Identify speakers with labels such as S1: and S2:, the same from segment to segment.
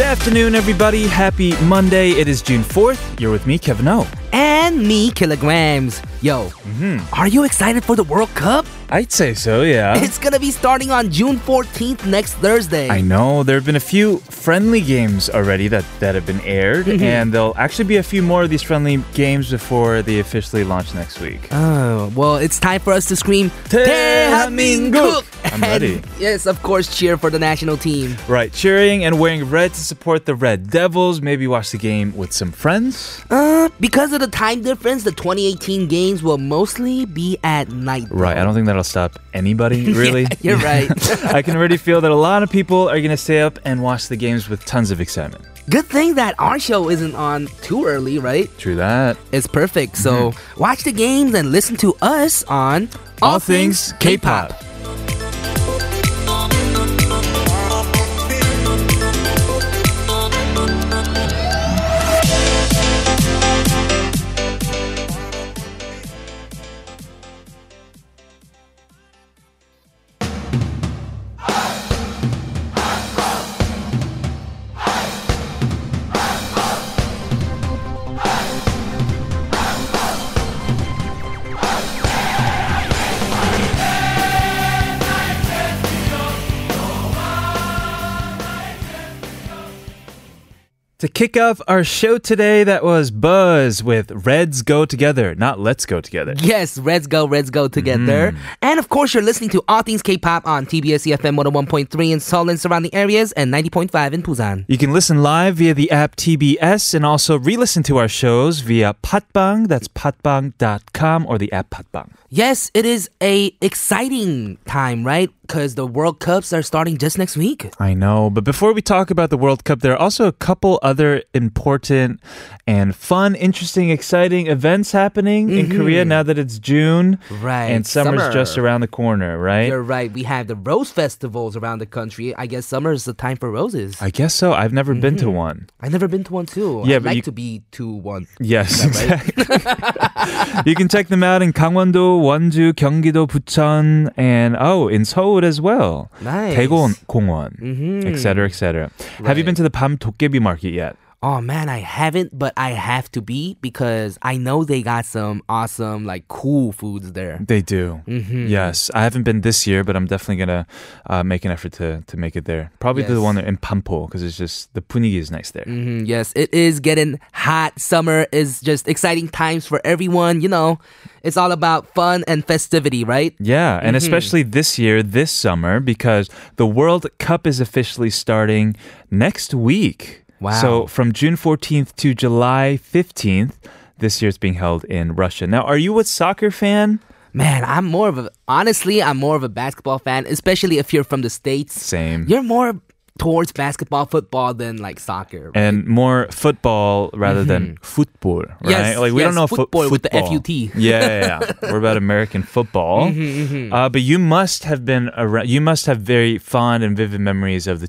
S1: afternoon, everybody. Happy Monday. It is June 4th. You're with me, Kevin O.
S2: and me kilograms. Yo,
S1: Mm-hmm.
S2: are you excited for the World Cup?
S1: I'd say so, yeah.
S2: It's gonna be starting on June 14th next Thursday.
S1: I know there have been a few friendly games already that, that have been aired, and there'll actually be a few more of these friendly games before they officially launch next week.
S2: Oh, well, it's time for us to scream
S1: 대한민국!
S2: 대한민국!
S1: I'm ready.
S2: And yes, of course, cheer for the national team.
S1: Right, cheering and wearing red to support the Red Devils. Maybe watch the game with some friends.
S2: Uh, because of the time difference, the 2018 games will mostly be at night.
S1: Right, I don't think that'll stop anybody, really.
S2: You're right.
S1: I can already feel that a lot of people are going to stay up and watch the games with tons of excitement.
S2: Good thing that our show isn't on too early, right?
S1: True that.
S2: It's perfect. So
S1: Mm-hmm.
S2: watch the games and listen to us on
S1: To kick off our show today, that was Buzz with Reds Go Together, not Let's Go Together.
S2: Yes, Reds Go, Reds Go together.
S1: Mm-hmm.
S2: And of course, you're listening to All Things K-Pop on TBS EFM 101.3 in Seoul and surrounding areas and 90.5 in Busan.
S1: You can listen live via the app TBS and also re-listen to our shows via Patbang, that's patbang.com or the app Patbang.
S2: Yes, it is a exciting time, right? Because the World Cups are starting just next week.
S1: I know, but before we talk about the World Cup, there are also a couple other important and fun, interesting, exciting events happening in Korea now that it's June.
S2: Right,
S1: And summer's
S2: summer.
S1: just around the corner, right?
S2: You're right. We have the rose festivals around the country. I guess summer is the time for roses.
S1: I guess so. I've never been to one.
S2: I've never been to one too.
S1: Yeah,
S2: I'd
S1: but
S2: like
S1: you-
S2: to be to one.
S1: Yes,
S2: that
S1: exactly. you can check them out in Gangwon-do, Wonju, Gyeonggi-do, Bucheon, and oh, in Seoul as well.
S2: Nice.
S1: 대공원, etc., etc. Have you been to the Pam Dokkaebi market yet?
S2: Oh man, I haven't, but I have to be because I know they got some awesome, like cool foods there.
S1: They do. Yes, I haven't been this year, but I'm definitely gonna uh, make an effort to to make it there. Probably to the
S2: Yes.
S1: one in Pampo because it's just the punigi is nice there.
S2: Mm, yes, it is getting hot. Summer is just exciting times for everyone. You know, it's all about fun and festivity, right?
S1: Yeah,
S2: Mm-hmm.
S1: and especially this year, this summer, because the World Cup is officially starting next week.
S2: Wow.
S1: So from June 14th to July 15th, this year it's being held in Russia. Now, are you a soccer fan?
S2: Man, I'm more of a honestly, I'm more of a basketball fan, especially if you're from the states.
S1: Same.
S2: You're more towards basketball, football than like soccer. right?
S1: and more football rather than football, right?
S2: Mm-hmm. Yes,
S1: like we don't
S2: yes,
S1: know fo-
S2: football with the
S1: football.
S2: FUT.
S1: yeah, yeah, yeah. we're about American football.
S2: Mm-hmm,
S1: Uh, but you must have been around. You must have very fond and vivid memories of the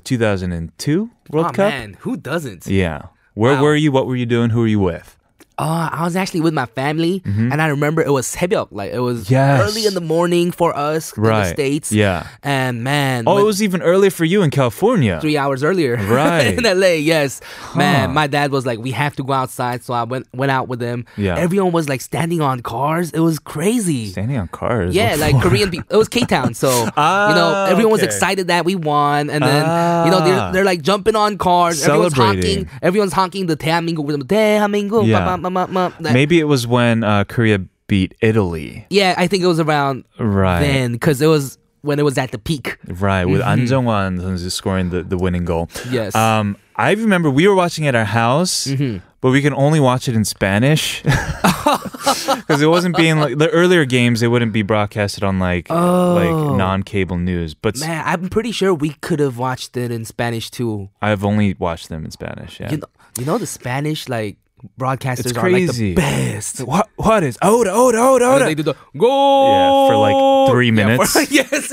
S1: 2002 World
S2: oh
S1: Cup.
S2: man, who doesn't?
S1: Yeah. Where
S2: Wow.
S1: were you? What were you doing? Who were you with?
S2: Uh, I was actually with my family, and I remember it was 새벽, like it was
S1: Mm-hmm. Yes.
S2: early in the morning for us in the
S1: Right.
S2: states.
S1: Yeah.
S2: and man,
S1: Oh, it
S2: when-
S1: was even earlier for you in California.
S2: three hours earlier,
S1: Right.
S2: in LA. Yes,
S1: Huh.
S2: man, my dad was like, "We have to go outside," so I went went out with him.
S1: Yeah.
S2: everyone was like standing on cars. It was crazy.
S1: Standing on cars.
S2: Yeah,
S1: What
S2: like
S1: for?
S2: Korean people. It was K Town, so you
S1: Ah,
S2: know everyone was
S1: okay.
S2: excited that we won, and then you
S1: Ah.
S2: know they're, they're like jumping on cars. Everyone's
S1: Celebrating.
S2: honking. Everyone's honking the Tehamingo with them. Tehamingo.
S1: Yeah.
S2: ma- ma- ma- ma- ma- that-
S1: Maybe it was when uh, Korea beat Italy.
S2: Yeah, I think it was around
S1: Right.
S2: then because it was when it was at the peak.
S1: Right, with An Jong-wan who's scoring the, the winning goal.
S2: Yes.
S1: Um, I remember we were watching at our house,
S2: Mm-hmm.
S1: but we can only watch it in Spanish because it wasn't being like the earlier games. It wouldn't be broadcasted on like like non-cable news. But s-
S2: Oh. Man, I'm pretty sure we could have watched it in Spanish too.
S1: I've only watched them in Spanish. Yeah,
S2: You know, you know the Spanish like broadcasters
S1: It's
S2: are like
S1: crazy.
S2: the best.
S1: what what is Oda Oda Oda
S2: And they do the go
S1: Yeah, for like three minutes.
S2: yes,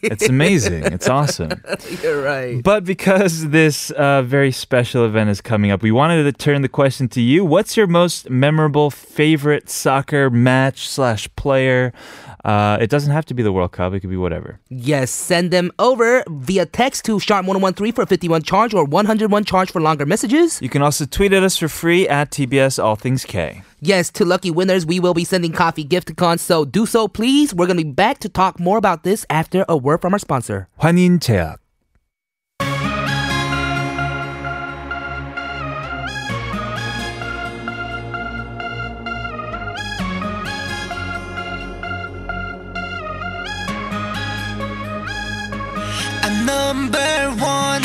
S1: It's amazing. It's awesome.
S2: You're right.
S1: But because this uh, very special event is coming up, we wanted to turn the question to you. What's your most memorable favorite soccer match slash player? Uh, it doesn't have to be the World Cup. It could be whatever.
S2: Yes, send them over via text to sharp1013 for 51 charge or 101 charge for longer messages.
S1: You can also tweet at us for free at TBS All Things K.
S2: Yes, to lucky winners, we will be sending coffee gifticons, so do so please. We're going to be back to talk more about this after a word from our sponsor.
S1: 환인 제약.
S3: I'm number one.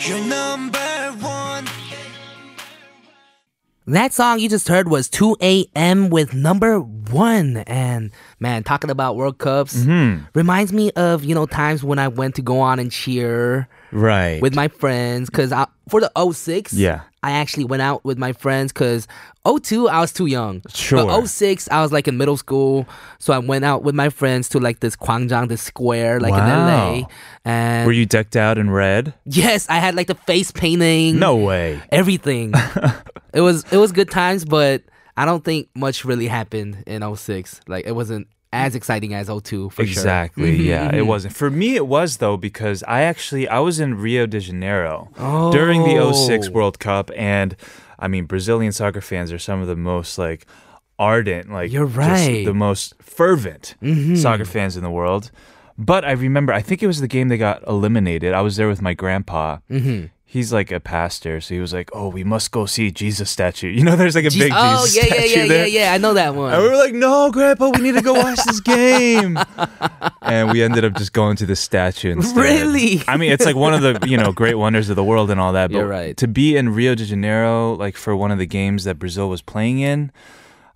S3: You're number one.
S2: That song you just heard was 2 a.m. with number one. And man, talking about World Cups reminds me of, you know, times when I went to go on and cheer
S1: Right.
S2: with my friends. Cause I, for the 06,
S1: Yeah.
S2: I actually went out with my friends. Cause 02, I was too young.
S1: Sure.
S2: But 06, I was like in middle school. So I went out with my friends to like this Gwangjang, this square, like in LA.
S1: Wow.
S2: And
S1: Were you decked out in red?
S2: yes, I had like the face painting
S1: No way.
S2: everything. it was it was good times, but I don't think much really happened in 06. Like it wasn't as exciting as 02 for Mm-hmm,
S1: Exactly. Yeah, it wasn't. For me, it was though because I actually I was in Rio de Janeiro during the 06
S2: Oh.
S1: World Cup, and I mean Brazilian soccer fans are some of the most like ardent, like
S2: You're
S1: just
S2: right. Mm-hmm.
S1: the most fervent soccer fans in the world. But I remember, I think it was the game they got eliminated. I was there with my grandpa.
S2: Mm-hmm.
S1: He's like a pastor, so he was like, "Oh, we must go see Jesus statue." You know, there's like a
S2: sure.
S1: big Jesus
S2: oh yeah, yeah,
S1: statue
S2: yeah,
S1: there. Oh.
S2: yeah, yeah. I know that one.
S1: And we were like, no, Grandpa, we need to go watch this game. and we ended up just going to the statue instead.
S2: Really?
S1: I mean, it's like one of the, you know, great wonders of the world and all that. But
S2: You're right.
S1: to be in Rio de Janeiro, like for one of the games that Brazil was playing in,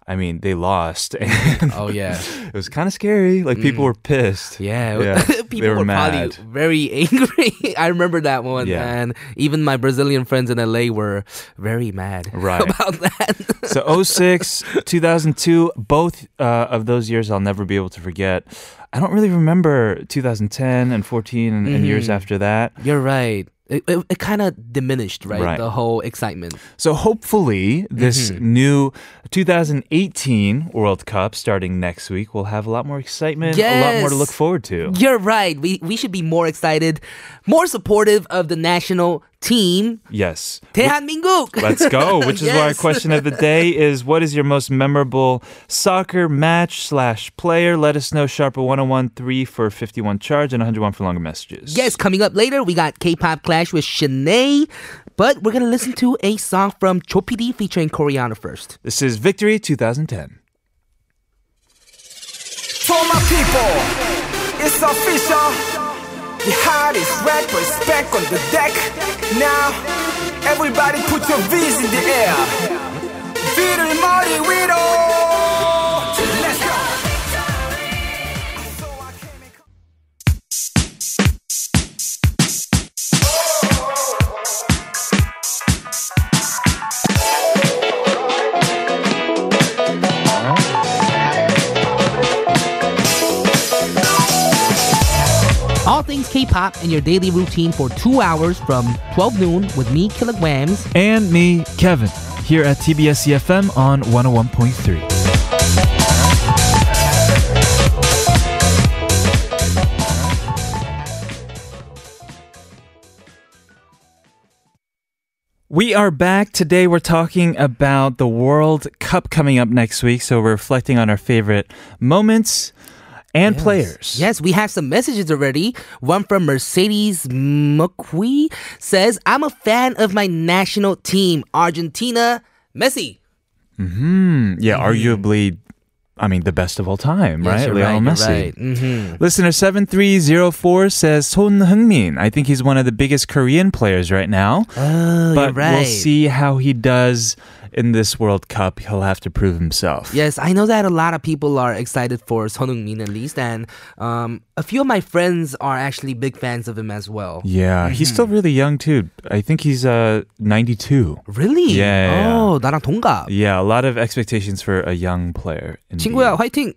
S1: I mean, they lost. And
S2: Oh yeah,
S1: it was kind of scary. Like people were pissed.
S2: yeah. People
S1: they were,
S2: were,
S1: mad.
S2: probably very angry. I remember that one,
S1: Yeah.
S2: and even my Brazilian friends in LA were very mad
S1: Right.
S2: about that.
S1: So 06, 2002, both uh, of those years I'll never be able to forget. I don't really remember 2010 and 14 and, and years after that.
S2: You're right. It, it, it kind of diminished, right?
S1: Right.
S2: The whole excitement.
S1: So hopefully, this
S2: Mm-hmm.
S1: new 2018 World Cup starting next week will have a lot more excitement, a lot more to
S2: Yes.
S1: look forward to.
S2: You're right. We we should be more excited, more supportive of the national team.
S1: Yes.
S2: 대한민국.
S1: Let's go. Which is why our
S2: Yes.
S1: question of the day is what is your most memorable soccer match slash player? Let us know. Sharper 1013 for 51 charge and 101 for longer messages.
S2: Yes, coming up later, we got K-pop Clash with Shanae, but we're gonna listen to a song from Chopidi featuring Koreana first.
S1: This is Victory 2010.
S4: For my people, it's official. The hottest rappers back on the deck. Now, everybody put your V's in the air. Viral Marty Widow. Let's go.
S2: All things K-pop in your daily routine for two hours from 12 noon with me, Kilograms.
S1: And me, Kevin, here at TBS EFM E on 101.3. We are back. Today we're talking about the World Cup coming up next week. So we're reflecting on our favorite moments and players.
S2: Yes, we have some messages already. One from Mercedes McQuee says, I'm a fan of my national team, Argentina, Messi.
S1: Yeah, arguably, I mean, the best of all time, right?
S2: Yes, you're
S1: Lionel
S2: you're
S1: Messi.
S2: right. Mhm.
S1: Listener 7304 says Son Heung-min. I think he's one of the biggest Korean players right now.
S2: Oh,
S1: but
S2: you're right.
S1: we'll see how he does in this World Cup. He'll have to prove himself.
S2: Yes, I know that a lot of people are excited for Son Heung-min at least, and um, a few of my friends are actually big fans of him as well.
S1: Yeah,
S2: Mm-hmm.
S1: he's still really young too. I think he's uh 92.
S2: Really?
S1: Yeah, yeah, yeah.
S2: Oh, 나랑 동갑.
S1: Yeah, a lot of expectations for a young player. in the-
S2: 친구야, 화이팅!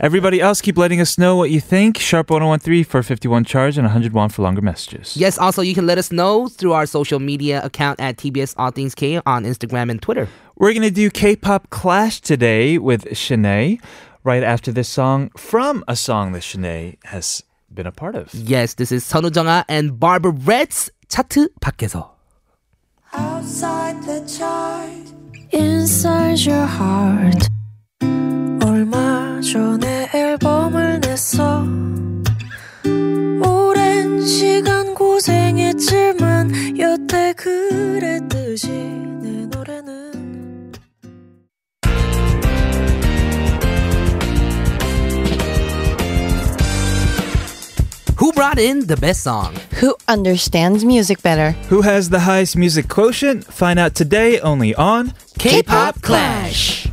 S1: Everybody else, keep letting us know what you think. Sharp 1013 for 51 charge and 100 won for longer messages.
S2: yes, also, you can let us know through our social media account at TBS All Things K on Instagram and Twitter.
S1: We're going to do K pop clash today with Shanae right after this song from a song that Shanae has been a part of.
S2: Yes, this is 선우정아 and Barbara Reds 차트 밖에서.
S5: outside the chart
S6: inside your heart
S5: 얼마 전에 앨범을 냈어 오랜 시간 고생했지만 여태 그랬듯이 내 노래는
S2: Who brought in the best song?
S7: Who understands music better?
S1: Who has the highest music quotient? Find out today only on
S2: K-pop Clash.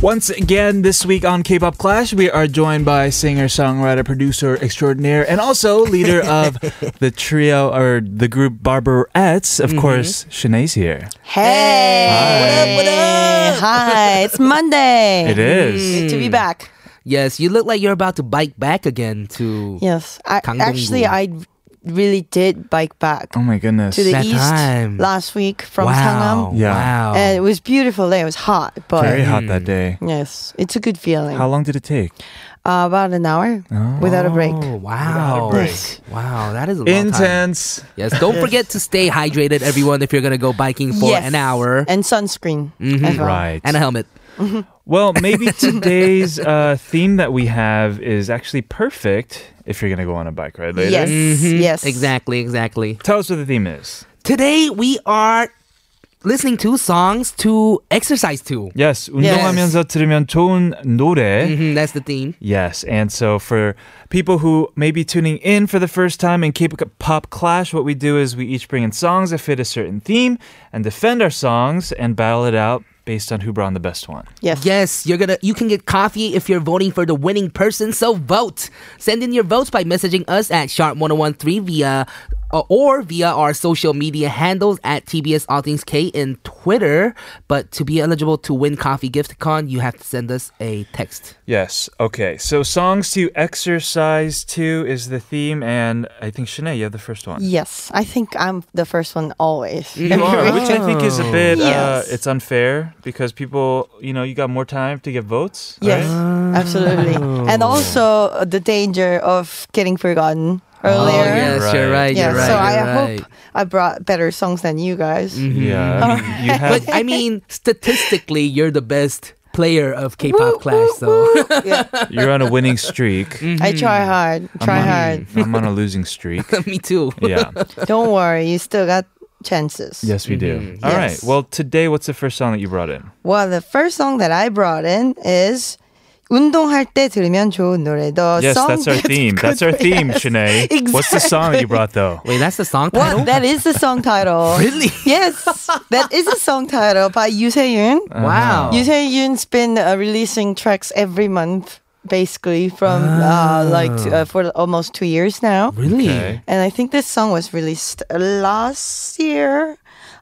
S1: Once again, this week on K-pop Clash, we are joined by singer, songwriter, producer extraordinaire, and also leader of the trio or the group Barbarettes. Of course, Shanae's here.
S7: Hey!
S1: Hi.
S7: What up, what up? Hi, it's Monday.
S1: It is.
S7: Good to be back.
S2: Yes, you look like you're about to bike back again to
S7: Yes. I,
S2: Kang
S7: actually,
S2: Dong-gu.
S7: I really did bike back
S1: Oh my goodness.
S7: to the
S2: That
S7: east
S2: time.
S7: last week from
S2: wow,
S7: Sangam.
S1: Yeah.
S2: Wow.
S7: And it was beautiful day. It was hot, but
S1: Very hot that day.
S7: yes, it's a good feeling.
S1: How long did it take?
S7: Uh, about an hour without a break.
S2: Oh, wow. Wow, that is a long time.
S1: Intense.
S2: Yes, don't forget to stay hydrated, everyone, if you're going to go biking for
S7: Yes.
S2: an hour
S7: And sunscreen. as well.
S1: Mm-hmm. Right.
S2: and a helmet.
S1: Well, maybe today's uh, theme that we have is actually perfect if you're going to go on a bike ride later.
S7: Yes.
S1: Mm-hmm.
S7: Yes.
S2: Exactly, exactly.
S1: Tell us what the theme is.
S2: Today we are listening to songs to exercise to.
S1: Yes, 운동하면서 들으면 좋은 노래.
S2: Mhm, that's the theme.
S1: Yes, and so for people who may be tuning in for the first time in K-pop Clash, what we do is we each bring in songs that fit a certain theme and defend our songs and battle it out based on who brought on the best one.
S7: Yes.
S2: Yes, you're gonna you can get coffee if you're voting for the winning person, so vote. Send in your votes by messaging us at sharp1013 via uh, or via our social media handles at TBS All Things K in Twitter. But to be eligible to win coffee gift con, you have to send us a text.
S1: Yes. Okay. So songs to exercise to is the theme, and I think Shanae, you have the first one.
S7: Yes. I think I'm the first one always.
S1: You are, which I think is a bit uh,
S7: Yes.
S1: it's unfair because people, you know, you got more time to get votes.
S7: Yes,
S1: right?
S7: absolutely. And also the danger of getting forgotten earlier.
S2: Oh yes,
S1: Right.
S2: you're right.
S7: Yeah,
S2: you're right.
S7: so
S2: you're
S7: I
S2: right. Mm-hmm.
S7: hope I brought better songs than you guys.
S1: Yeah. I
S7: Uh,
S1: mean, you have
S2: But I mean, statistically, you're the best player of K-pop clash. So
S1: you're on a winning streak.
S2: Mm-hmm.
S7: I try hard, Mm, try hard.
S1: I'm on a losing streak.
S2: me too.
S1: Yeah.
S7: Don't worry, you still got chances.
S1: Yes, we do. All right.
S7: Mm-hmm. Yes.
S1: Well, today, what's the first song that you brought in?
S7: Well, the first song that I brought in is 운동할 때 들으면 좋은 노래. The
S1: Yes,
S7: song
S1: that's our theme. That's our theme, Shanae. What's the song that you brought, though?
S2: Wait, that's the song title.
S7: What? That is the song title.
S2: Really?
S7: Yes, that is the song title by Yoon.
S1: Oh. Uh-huh.
S2: Wow.
S7: Yoo Yoon's been uh, releasing tracks every month, basically from uh, like t- uh, for almost two years now.
S2: Really?
S1: Okay.
S7: And I think this song was released last year.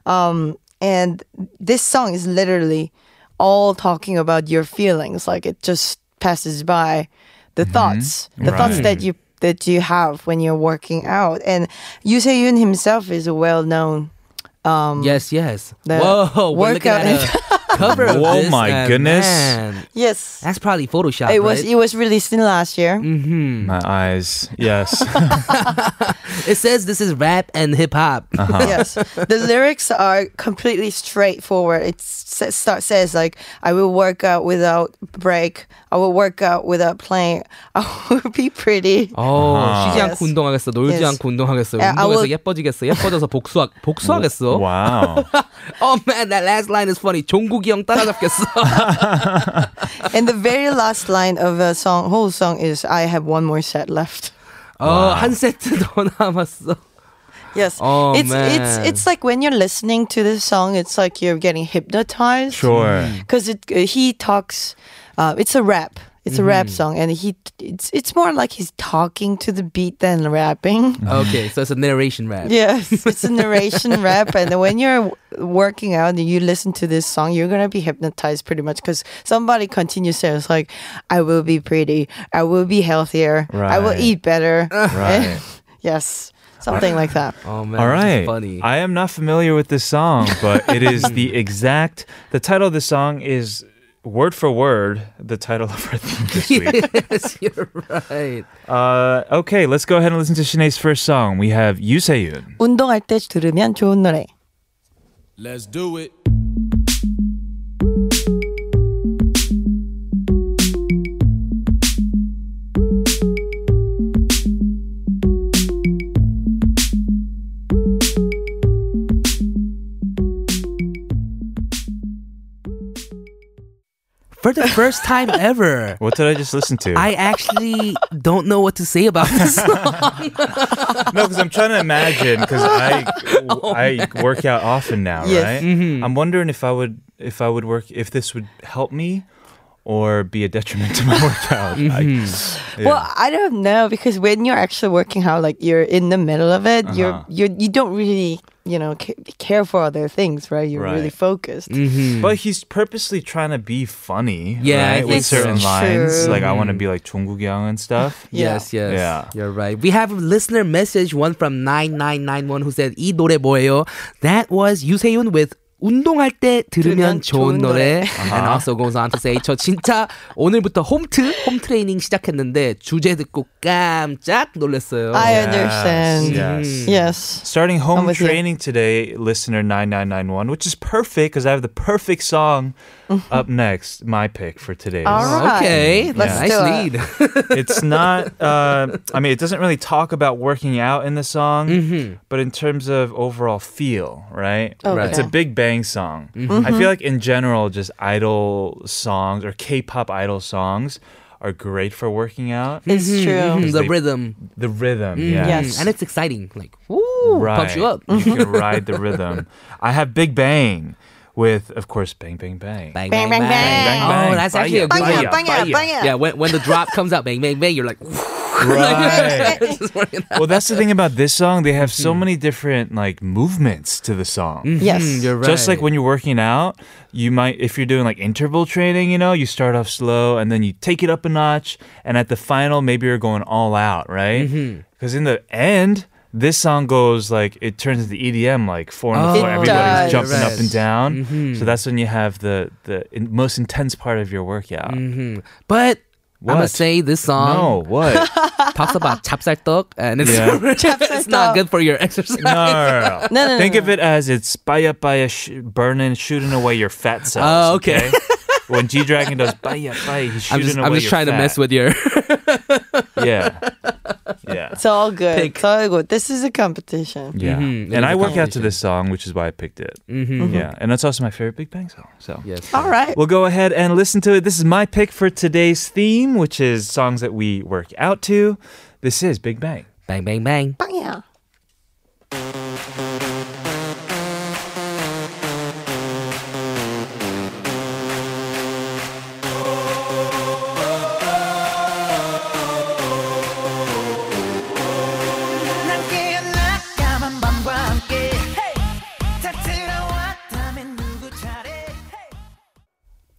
S7: Um, and this song is literally all talking about your feelings. Like it just passes by the thoughts, the thoughts that you that you have when you're working out. And Yoo Yoon himself is a well-known.
S2: Yes, yes.
S7: Um, The
S2: Whoa, we're looking
S7: workout
S2: at a cover of
S1: Whoa,
S2: this,
S1: my
S2: and
S1: goodness.
S2: man,
S7: Yes,
S2: that's probably Photoshop.
S7: it was.
S2: right?
S7: It was released in last year. Mm.
S1: My eyes. Yes.
S2: It says this is rap and hip hop.
S1: Uh-huh.
S7: yes. The lyrics are completely straightforward. It sa- start, says like, "I will work out without break. I will work out without playing. I will be pretty."
S2: 어, 쉬지
S7: Yes.
S2: 않고 운동하겠어. 놀지
S7: Yes.
S2: 않고 운동하겠어.
S7: Yeah, I
S2: 운동해서
S7: will-
S2: 예뻐지겠어. 예뻐져서 복수하, 복수하겠어.
S1: wow.
S2: Oh man, that last line is funny. 종국이 형 따라잡겠어.
S7: And the very last line of the song, whole song, is, "I have one more set left."
S2: 어, 한 세트 더 남았어.
S7: Yes.
S2: Oh,
S7: it's
S2: man.
S7: it's it's like when you're listening to this song, it's like you're getting hypnotized.
S1: Sure.
S7: Because it he talks, uh, it's a rap. It's a
S2: Mm-hmm.
S7: rap song, and he it's it's more like he's talking to the beat than rapping.
S2: Okay, so it's a narration rap.
S7: Yes, it's a narration rap, and when you're working out and you listen to this song, you're gonna be hypnotized pretty much because somebody continues saying, "It's like I will be pretty, I will be healthier, I will
S1: Right.
S7: eat better."
S1: Right.
S7: yes, something like that.
S2: Oh man,
S1: All right.
S2: this is funny.
S1: I am not familiar with this song, but it is the exact. The title of the song is word for word the title of our theme this week.
S2: yes, you're right.
S1: uh, okay, let's go ahead and listen to Sinead's first song. We have Yuseyun.
S7: 운동할 때 들으면 좋은 노래.
S8: Let's do it.
S2: For the first time ever.
S1: What did I just listen to?
S2: I actually don't know what to say about this song.
S1: no, because I'm trying to imagine because I I work out often now,
S7: Yes.
S1: right?
S2: Mm-hmm.
S1: I'm wondering if I would if I would work if this would help me or be a detriment to my workout. I-
S2: Mm-hmm.
S1: yeah.
S7: Well, I don't know because when you're actually working out, like you're in the middle of it, you're you
S1: Uh-huh.
S7: you don't really you know ca- care for other things, right? You're really
S1: Right. Mm-hmm.
S7: focused.
S1: But he's purposely trying to be funny,
S2: Yeah, I
S1: right? With
S2: think so.
S1: certain lines,
S7: True.
S1: like I want to be like Chung and stuff.
S2: yes, yes.
S1: Yeah.
S2: You're right. We have a listener message, one from 9991 who said, 이 노래 뭐예요? That was 유세윤 with 운동할 때 들으면 좋은
S7: 들으면 좋은
S2: 노래.
S1: Uh-huh.
S2: And also goes on to say, 저 진짜 오늘부터 홈트, 홈트레이닝 시작했는데 주제 듣고 깜짝 놀랐어요.
S7: I
S1: Yes,
S7: understand.
S1: Yes.
S7: Yes.
S1: Starting
S7: I'm
S1: home
S7: with you.
S1: training today, listener 9991, which is perfect because I have the perfect song up next, my pick for today.
S7: Mm-hmm. All right.
S2: Oh, Okay,
S1: Let's
S2: nice
S7: do it.
S2: lead.
S1: it's not uh, i mean it doesn't really talk about working out in the song
S7: Mm-hmm.
S1: but in terms of overall feel right
S7: Okay.
S1: it's a big bang song
S2: Mm-hmm.
S1: i feel like in general just idol songs or k-pop idol songs are great for working out
S7: It's true.
S2: the
S1: they-
S2: rhythm.
S1: the rhythm yeah
S2: Hmm.
S7: Yes.
S2: Mm, And it's exciting. Like, woo,
S1: right
S2: pumps you up.
S1: you can ride the rhythm i have big bang with of course bang bang bang
S2: Bang bang bang.
S7: Bang, bang,
S1: bang. Bang,
S2: Oh,
S1: bang.
S2: that's actually a good
S1: Bang,
S2: one.
S1: bang,
S7: bang, bang.
S2: Yeah, when, when the drop comes out, bang bang bang, you're like,
S1: right
S2: just working out.
S1: well that's the thing about this song they have
S2: Hmm.
S1: so many different like movements to the song
S7: Yes.
S2: Mm, you're right.
S1: Just like when you're working out, you might if you're doing like interval training, you know, you start off slow and then you take it up a notch, and at the final, maybe you're going all out, right?
S2: Mm-hmm.
S1: Because in the end, this song goes like it turns into EDM, like four on
S2: Oh,
S1: the floor,
S7: It
S1: everybody's
S7: does.
S1: jumping
S2: You're
S1: up and
S2: right. Mm-hmm.
S1: down. So that's when you have the the in- most intense part of your workout.
S2: Mm-hmm. But I'm
S1: What?
S2: gonna say this
S1: No,
S2: song
S1: what?
S2: talks about chapsaltok, and it's,
S1: Yeah.
S2: it's not good for your exercise.
S1: No, no, no, no.
S7: No, no, no,
S1: Think of it as it's baya baya sh- burning, shooting away your fat cells.
S2: Oh, okay.
S1: when G Dragon does baya baya, he's
S2: I'm
S1: shooting
S2: just,
S1: away
S2: I'm just
S1: your
S2: trying to
S1: fat.
S2: mess with your.
S1: Yeah, yeah,
S7: It's all good.
S2: Pick.
S7: It's all good. This is a competition.
S1: yeah.
S2: Mhm, it
S1: And
S2: is
S1: I
S2: a
S1: work out to
S2: competition.
S1: this song, which is why I picked it.
S2: Mhm.
S1: Yeah, and that's also my favorite Big Bang song. So
S2: yes.
S7: All right.
S1: We'll go ahead and listen to it. This is my pick for today's theme, which is songs that we work out to. This is Big Bang.
S2: Bang bang bang.
S7: Bang.
S3: 난 깨어나야만 밤과 함께 다 들어왔다면 누구 차례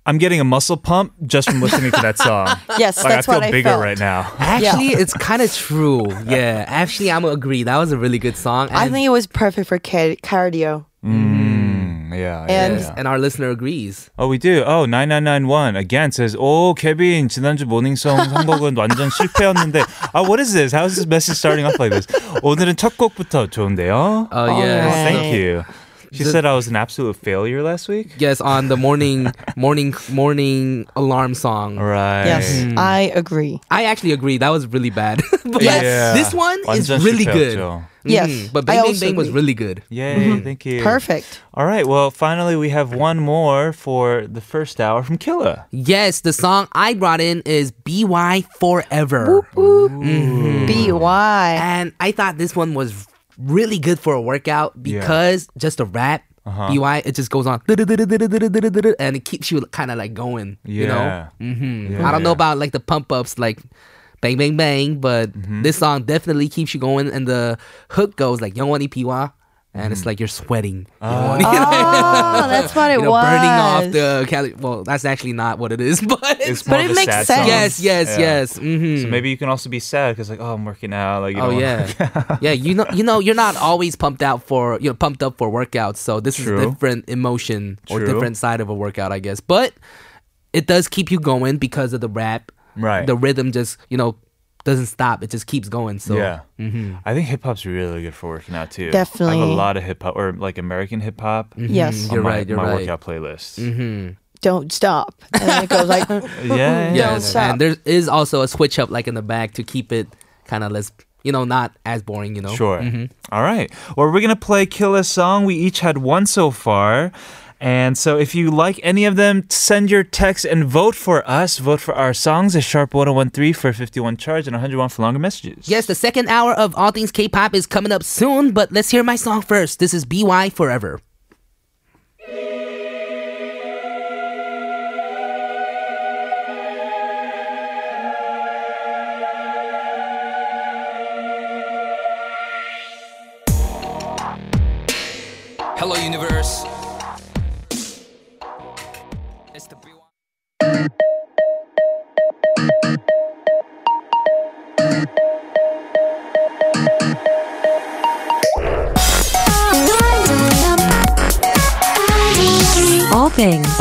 S1: I'm getting a muscle pump just from listening to that song.
S7: Yes,
S1: Like
S7: that's
S1: I feel
S7: what I
S1: bigger
S7: felt.
S1: right now.
S2: Actually, it's kind of true. Yeah, actually, I'm gonna agree. That was a really good song. And,
S7: I think it was perfect for ca- cardio.
S2: Mm-hmm.
S1: Mm, yeah, yeah,
S7: And-
S1: yeah.
S2: and our listener agrees.
S1: Oh, we do. Oh, 9991 again says, Oh, Kevin, 지난주 모닝송 선곡은 완전 실패였는데. Ah, what is this? How is this message starting off like this? 오늘은 첫 곡부터 좋은데요.
S2: Oh
S7: All
S2: yes.
S7: right.
S1: Thank you. She said I was an absolute failure last week.
S2: Yes, on the morning, morning, morning alarm song.
S1: Right.
S7: Yes,
S2: Hmm.
S7: I agree.
S2: I actually agree. That was really bad. but
S7: Yes.
S1: Yeah.
S2: this one is
S1: 완전
S2: really good. Mm-hmm.
S1: 실패였죠.
S7: Yes,
S2: but Bang
S7: I
S2: Bang
S7: also
S2: Bang was
S7: agree.
S2: really good.
S1: Yay, thank you.
S7: Mm-hmm. perfect.
S1: All right, well, finally, we have one more for the first hour from Killa.
S2: Yes, the song I brought in is BY Forever.
S7: B Y.
S2: Hmm. And I thought this one was really good for a workout because just a rap.
S1: Uh-huh.
S2: BY, it just goes on and it keeps you kind of like going, you know?
S1: Yeah.
S2: hmm
S1: Yeah,
S2: I don't know
S1: yeah.
S2: about like the pump ups, like bang, bang, bang, but
S1: Mm-hmm.
S2: this song definitely keeps you going. And the hook goes like, Yongwani Piwa, and
S1: Mm-hmm.
S2: it's like you're sweating.
S1: Ah.
S2: Yongwani,
S7: Oh, that's what it
S2: you know,
S7: was.
S2: burning off the calorie. Well, that's actually not what it is, but
S1: It's more
S7: it
S1: of a
S7: makes
S1: sad
S7: sense.
S1: song.
S2: yes, yes,
S1: Yeah.
S2: yes. hmm
S1: So maybe you can also be sad because like, oh, I'm working out. Like, you
S2: Oh
S1: don't wanna-
S2: yeah, yeah. You know, you know, you're not always pumped out for you know pumped up for workouts. So this
S1: True.
S2: is a different emotion or
S1: True.
S2: different side of a workout, I guess. But it does keep you going because of the rap.
S1: Right.
S2: The rhythm just you know doesn't stop. It just keeps going. So
S1: yeah.
S2: Mm-hmm.
S1: I think hip hop's really good for working out too. I have
S7: Definitely.
S1: a lot of hip hop or like American hip hop. on
S2: Mm-hmm.
S7: Yes.
S2: Hmm, You're
S1: my,
S2: right, you're
S1: my
S2: right. Mm-hmm.
S1: workout playlist.
S7: Don't stop. And then it goes like,
S1: Yeah, yeah.
S7: Don't
S2: Yes,
S7: stop.
S2: and there is also a switch up like in the back to keep it kind of less you know not as boring. You know. Mm-hmm.
S1: Sure. All right. Well, we're going to play Kill a Song. We each had one so far. And so if you like any of them, send your text and vote for us. Vote for our songs at Sharp1013 for 51 charge and 101 for longer messages.
S2: Yes, the second hour of All Things K-pop is coming up soon, but let's hear my song first. This is BY Forever.
S9: Hello, universe. It's the B-
S6: All things.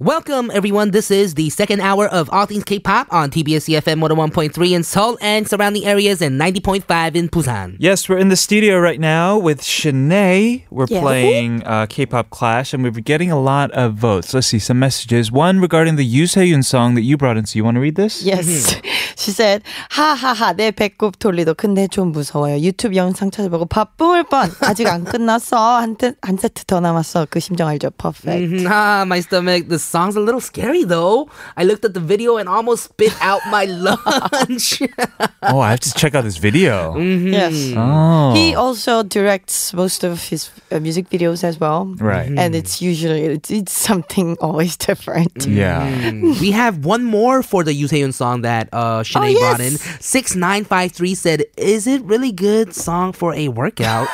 S2: Welcome, everyone. This is the second hour of All Things K-pop on TBS EFM 101.3 in Seoul and surrounding areas and 90.5 in Busan.
S1: Yes, we're in the studio right now with Shanae. We're
S7: Yeah.
S1: playing uh, K-pop Clash, and we've been getting a lot of votes. Let's see some messages. One regarding the Yoo Yun song that you brought in. So you want to read this?
S2: Hmm.
S7: Yes. She said, 하하하, 내 배꼽 돌리도 근데 좀 무서워요. 유튜브 영상 찾아보고 바쁠 뻔. 아직 안 끝났어. 한, 테- 한 세트 더 남았어. 그 심정 알죠? Perfect.
S2: Ah, my stomach. The song's a little scary though. I looked at the video and almost spit out my lunch.
S1: Oh, I have to check out this video.
S7: Yes.
S1: Oh,
S7: Mm. He also directs most of his uh, music videos as well.
S1: Right.
S7: And it's usually, it's, it's something always different.
S1: yeah.
S2: we have one more for the Yuseyun song that uh, Shanae
S7: Mm. Oh,
S2: brought in.
S7: yes.
S2: 6953 said, Is it really good song for a workout?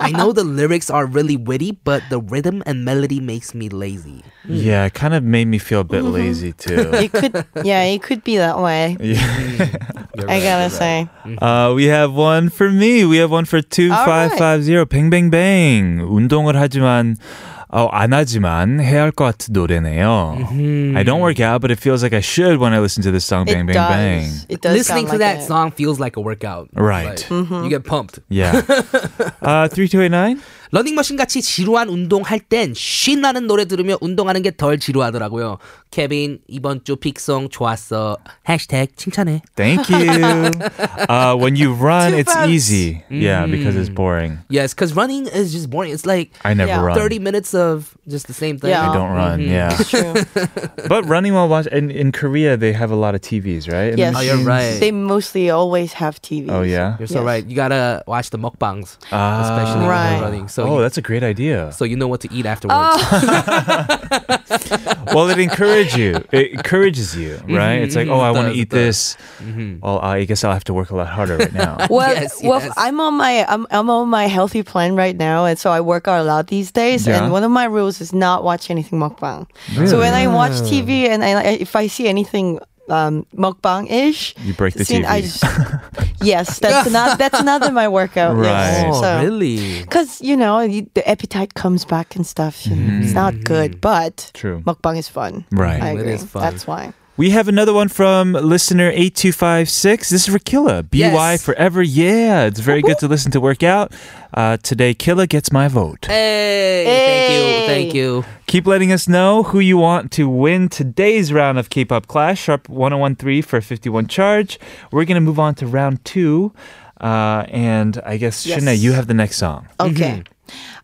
S2: I know the lyrics are really witty, but the rhythm and melody makes me lazy.
S1: Yeah, it kind of made me feel a bit
S7: Mm-hmm.
S1: lazy too.
S7: It could, yeah, it could be that way. I gotta say.
S1: Uh, we have one for me. We have one for
S7: All right.
S1: 2550. Bang, bang, bang. 운동을 하지만, 어, 안 하지만 해야 할 것 같은 노래네요. I don't work out, but it feels like I should when I listen to this song, Bang, Bang,
S7: it does.
S1: Bang.
S7: It does.
S2: Listening
S7: sound
S2: to
S7: like
S2: that
S7: it.
S2: song feels like a workout.
S1: Right.
S2: Like, You get pumped.
S1: Yeah. uh, 3289?
S2: 러닝머신 같이 지루한 운동할 땐 신나는 노래 들으며 운동하는 게 덜 지루하더라고요. 케빈 이번 주 픽송 좋았어. 해시태그 칭찬해.
S1: Thank you. uh, when you run,
S7: Two
S1: it's
S7: votes.
S1: easy. Yeah, because it's boring.
S2: Yes, because running is just boring. It's like
S1: I never
S7: Yeah. Mm-hmm.
S1: run.
S2: 30 minutes of just the same thing.
S7: Yeah.
S1: I don't run, yeah.
S7: True.
S1: But running while watching, in, in Korea, they have a lot of TVs, right? And
S7: Yes.
S2: Oh, you're right.
S7: They mostly always have TVs.
S1: Oh, yeah.
S2: You're so
S7: Yes.
S2: right. You gotta watch the mukbangs,
S1: Ah.
S2: especially when
S7: Right. Ah.
S2: you're running. So,
S1: oh,
S2: you,
S1: that's a great idea.
S2: so you know what to eat afterwards.
S1: well, it encourages you. It encourages you, right? it's like,
S2: mhm,
S1: oh, I
S2: it
S1: want to
S2: does, Mm-hmm.
S1: eat this.
S2: it
S1: Well, I guess I'll have to work a lot harder right now.
S7: Well,
S2: Yes,
S7: well,
S2: yes.
S7: I'm on my I'm, I'm on my healthy plan right now, and so I work out a lot these days.
S1: Yeah.
S7: And one of my rules is not watch anything mukbang. So when I watch TV and I, if I see anything um, mukbang ish,
S1: You break the TV.
S7: I just, yes, that's not that's another my workout. Yes.
S1: Right.
S2: Oh,
S7: So-
S2: really?
S7: Because you know you, the appetite comes back and stuff. you know, It's not good, but
S1: True.
S7: mukbang is fun.
S1: Mm-hmm. Right.
S7: I
S2: It
S7: agree.
S2: is fun.
S7: That's why.
S1: We have another one from listener 8256. This is for Killa. BY
S2: Yes.
S1: forever. Yeah, it's very good to listen to work out. Uh, today, Killa gets my vote.
S2: Hey,
S7: Hey.
S2: thank you, thank you.
S1: Keep letting us know who you want to win today's round of K pop Clash. Sharp 1013 for a 51 charge. We're going to move on to round two. Uh, and I guess,
S7: Yes.
S1: Shanae, you have the next song.
S7: Okay.
S1: Mm-hmm.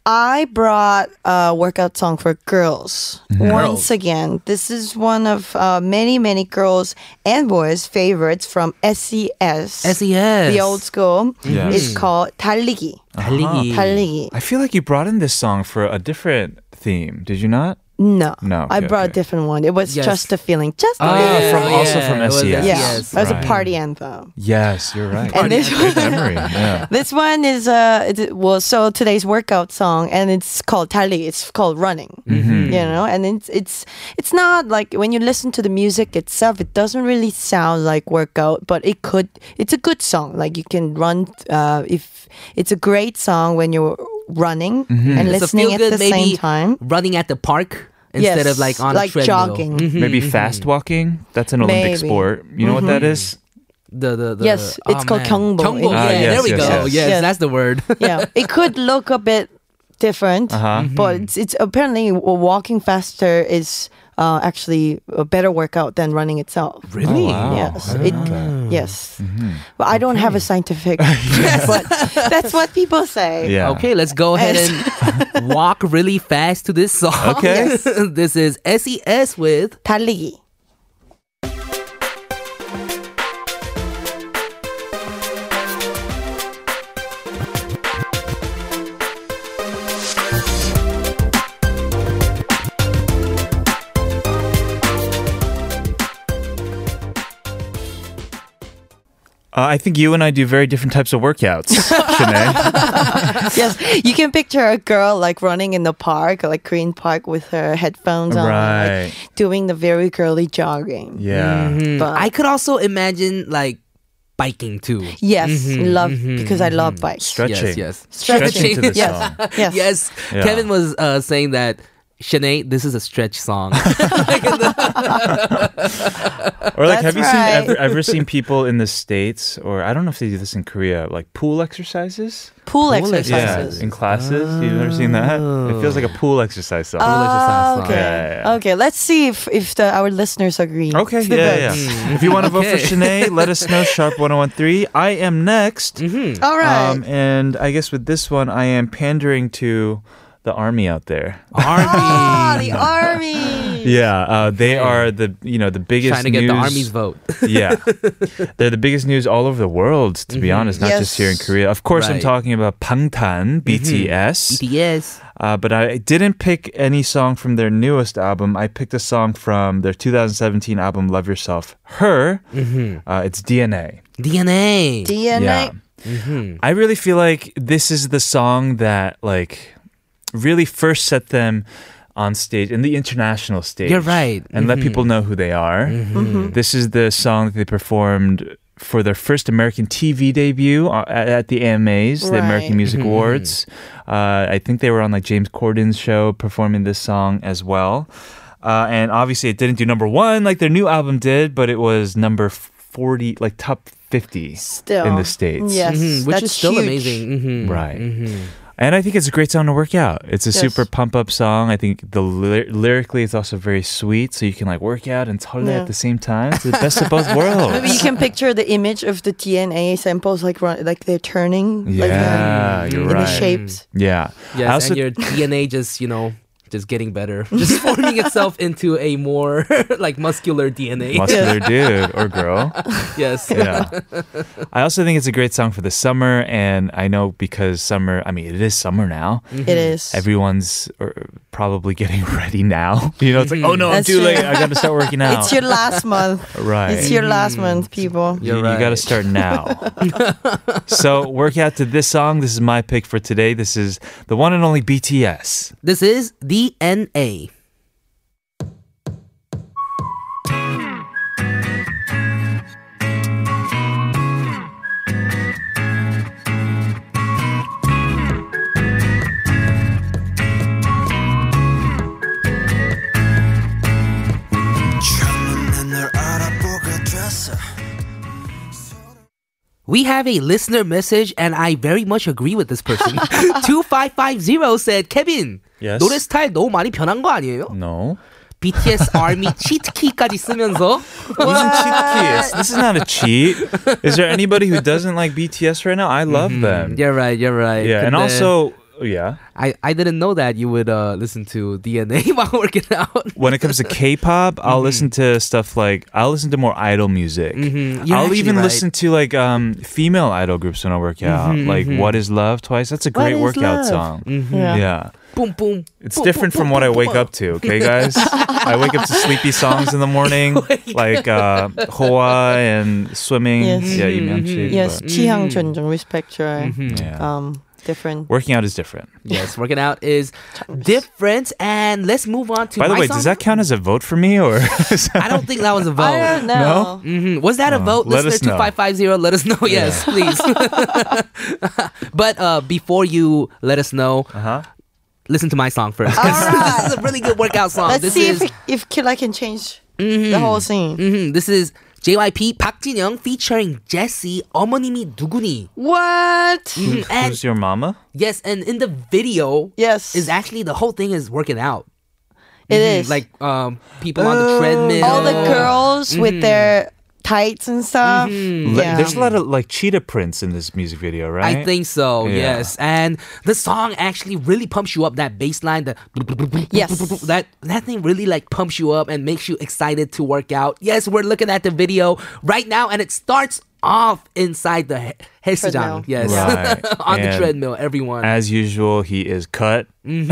S7: I brought a workout song for girls.
S1: Mm-hmm.
S7: Once again, this is one of uh, many, many girls and boys' favorites from SES.
S2: SES.
S7: The old school.
S1: E Yes.
S7: It's called 달리기. Ah,
S2: 달리기.
S7: 달리기.
S1: I feel like you brought in this song for a different theme, did you not?
S7: No.
S1: No,
S7: I
S1: okay,
S7: brought a
S1: okay.
S7: different one. It was
S2: Yes.
S7: just a feeling. Just
S1: Ah,
S7: a feeling.
S1: from also
S2: yeah,
S1: from E
S2: it was
S1: SES.
S7: Yeah.
S2: Yes,
S7: It was
S1: right.
S7: a party anthem.
S1: Yes, you're right.
S7: And this
S1: Good memory. Yeah.
S7: This one is uh it, well so today's workout song and it's called 달리기. It's called running.
S2: Mm-hmm.
S7: You know, and it's it's it's not like when you listen to the music itself, it doesn't really sound like workout, but it could. It's a good song. Like you can run. Uh, if it's a great song when you're running and
S2: Mm-hmm. It's a
S7: listening at
S2: feel-good
S7: the
S2: maybe
S7: same time.
S2: Running at the park instead of
S7: Yes,
S2: like on
S7: like
S2: a treadmill.
S7: jogging.
S2: Mhm.
S1: Maybe fast walking. That's an Olympic
S7: Mm-hmm. Maybe. Mm-hmm.
S1: sport. You know what that is?
S2: The, the, the,
S7: Yes,
S2: oh,
S7: it's called
S2: man.
S7: 경보.
S2: Kyungbo,
S1: Ah,
S2: yeah,
S1: yes,
S2: there we
S1: yes,
S2: go.
S1: yes.
S2: Yes.
S7: Yeah.
S2: that's the word.
S7: yeah, it could look a bit different,
S1: Uh-huh.
S7: but it's, it's apparently w- walking faster is uh, actually a better workout than running itself.
S1: Really? Oh, wow. Mm-hmm.
S7: Yes.
S1: I
S7: It,
S1: didn't know
S7: yes. Well, I don't have a scientific, but that's what people say.
S1: Yeah.
S2: Okay, let's go ahead and walk really fast to this song.
S1: Okay. Yes.
S2: this is SES with
S7: 달리기.
S1: Uh, I think you and I do very different types of workouts, Shanae.
S7: yes, you can picture a girl like running in the park, like Korean park, with her headphones on, like,
S1: right.
S7: doing the very girly jogging.
S1: Yeah.
S7: But
S2: I could also imagine like biking too.
S7: yes,
S1: Mm-hmm.
S7: love because I love bikes.
S1: Stretching.
S2: Yes, yes.
S1: Stretching to this
S7: Yes.
S1: song.
S7: yes.
S2: Yes,
S1: Yeah.
S2: Kevin was uh, saying that. Shanae, this is a stretch song.
S1: Or like,
S7: That's
S1: have you
S7: right.
S1: seen ever, ever seen people in the states, or I don't know if they do this in Korea, like pool exercises?
S7: Pool,
S1: Yeah,
S7: exercises.
S1: in classes. You've never seen that? It feels like a pool exercise song.
S7: Oh, okay.
S1: Yeah, yeah, yeah.
S7: Okay, let's see if, if the, our listeners agree.
S1: Okay,
S7: to
S1: yeah, yeah.
S7: this.
S1: If you want to vote for
S2: Hmm. Okay.
S1: Shanae, let us know. Sharp one zero one three. I am next.
S2: Mm-hmm.
S7: All right.
S1: Um, and I guess with this one, I am pandering to the army out there.
S7: Ah,
S2: Army.
S7: the army.
S1: Yeah, uh, they are the you know the biggest
S2: Trying to get the
S1: news-
S2: army's vote.
S1: yeah, they're the biggest news all over the world. To be honest, not just here in
S7: Yes.
S1: Korea. Of course, I'm
S2: Mm-hmm. Right. Mm-hmm.
S1: talking about Bangtan
S2: E
S1: BTS.
S2: BTS.
S1: Uh, but I didn't pick any song from their newest album. I picked a song from their 2017 album, Love Yourself, Her.
S2: Mm-hmm.
S1: Uh, it's DNA.
S2: DNA.
S7: DNA.
S1: Yeah.
S2: Mm-hmm.
S1: I really feel like this is the song that, like, really first set them on stage in the international stage.
S2: You're right. Mm-hmm.
S1: And let people know who they are. This is the song that they performed for their first American TV debut uh, at at the AMAs, the American
S7: Right.
S2: Mm-hmm.
S1: Music Awards. Uh, I think they were on like James Corden's show performing this song as well. Uh, and obviously, it didn't do number one like their new album did, but it was number 40, like top 50
S7: Still.
S1: in the States. Mm-hmm.
S7: Yes.
S2: Mhm, which
S7: that's
S2: is still
S7: huge.
S2: amazing. hmm
S1: Right. And I think it's a great song to work out. It's a
S7: Yes.
S1: super pump up song. I think the ly- lyrically it's also very sweet, so you can like work out and toilet
S7: Yeah.
S1: at the same time. It's the best of both worlds.
S7: Maybe you can picture the image of the DNA samples, like run, like they're turning, like
S1: Yeah,
S7: um,
S1: you're
S7: in
S1: right.
S7: the shapes.
S1: Yeah.
S2: Yes,
S1: I also-
S2: and your DNA just, you know, just getting better. Just forming itself into a more like muscular DNA.
S1: muscular dude or girl.
S2: yes.
S1: Yeah. I also think it's a great song for the summer, and I know because summer. I mean, it is summer now.
S2: Mm-hmm.
S7: It is.
S1: Everyone's uh, probably getting ready now. You know, it's like, oh no, I'm
S7: That's
S1: too
S7: true.
S1: late. I got to start working out.
S7: it's your last month.
S1: right. Mm-hmm.
S7: It's your
S2: Mm-hmm.
S7: last month, people.
S1: you, got to start now. so work out to this song. This is my pick for today. This is the one and only BTS.
S2: This is DNA.
S3: 참는 널
S2: We have a listener message, and I very much agree with this person. 2550 said, Kevin,
S1: Yes.
S2: 노래 스타일 너무 많이 변한 거 아니에요?
S1: No.
S2: BTS Army 치트키까지 쓰면서
S1: Wasn't cheat kiss. This is not a cheat. Is there anybody who doesn't like BTS right now? I love them.
S2: You're right, you're right.
S1: Yeah, and
S2: 근데
S1: also, yeah,
S2: I, I didn't know that you would uh, listen to DNA while working out.
S1: when it comes to K-pop, I'll listen to stuff like I'll listen to more idol music.
S2: Mm-hmm. You're
S1: I'll
S2: actually
S1: even
S2: right.
S1: listen to like um, female idol groups when I work out. Like "What Is Love" twice. That's a
S7: Mm-hmm, What
S1: great
S7: is
S1: workout
S7: love? Mm-hmm.
S1: song.
S7: Yeah.
S1: Yeah,
S2: Boom, boom.
S1: it's different from what I wake up to. Okay, guys, I wake up to sleepy songs in the morning, like uh, Hoa and swimming.
S7: Yes.
S1: Yeah, you
S2: Mm-hmm.
S1: mentioned.
S7: Yes,
S1: but-
S7: Chihang Chunjung, respect your
S1: Yeah.
S2: Oh.
S7: um different.
S1: Working out is different.
S2: Yes, working out is different. And let's move on to
S1: By the
S2: my
S1: way,
S2: song.
S1: does that count as a vote for me or? is that- uh, Oh,
S2: I don't think that was a vote.
S7: I don't know.
S2: Mhm. Was that a vote?
S1: let us
S2: Listener
S1: know.
S2: 2550, let us know. Yes, please. but uh, before you let us know,
S1: Uh-huh.
S2: listen to my song first. 'cause this is a really good workout song.
S7: Let's
S2: this
S7: see
S2: is Mm-hmm.
S7: if if Killa can change the whole scene.
S2: mhm, this is JYP 박진영 featuring Jesse 어머님이 누구니?
S7: What?
S2: Mhm, And
S1: Who's your mama?
S2: yes, and in the video
S7: Yes,
S2: is actually the whole thing is working out.
S7: it
S2: Mhm,
S7: is.
S2: Like oh. um, people on
S1: Oh.
S2: the treadmill.
S7: all the girls
S2: Mm-hmm.
S7: with their tights and stuff.
S1: Le-
S7: Yeah.
S1: There's a lot of like cheetah prints in this music video, right?
S2: I think so.
S1: Yeah.
S2: Yes, and the song actually really pumps you up. That bass line, the
S7: Yes.
S2: that that thing really like pumps you up and makes you excited to work out. Yes, we're looking at the video right now, and it starts off inside the he-
S7: Treadmill.
S2: Hesejang. Yes,
S1: Right.
S2: on the
S1: And
S2: treadmill, everyone, and,
S1: As usual, he is cut.
S2: he's,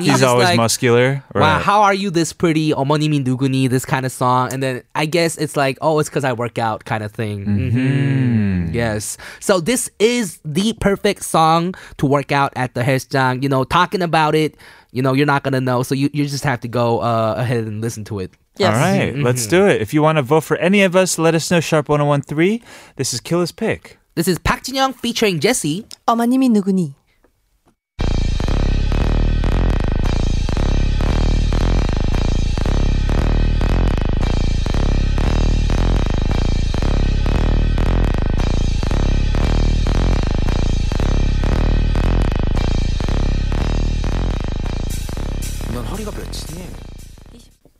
S1: He's
S2: just
S1: always
S2: like,
S1: muscular.
S2: Wow,
S1: Right.
S2: how are you this pretty? 어머님이 누구니? This kind of song. And then I guess it's like, oh, it's because I work out kind of thing.
S1: Mm-hmm.
S2: hmm Yes. So this is the perfect song to work out at the Hesjang. You know, talking about it, you know, you're not going to know. So you, you just have to go uh, ahead and listen to it.
S1: All
S7: Yes.
S1: right, let's do it. If you want to vote for any of us, let us know. Sharp 1013. This is Killer's Pick.
S2: This is Park Jin Young featuring Jesse.
S7: 어머님이 누구니?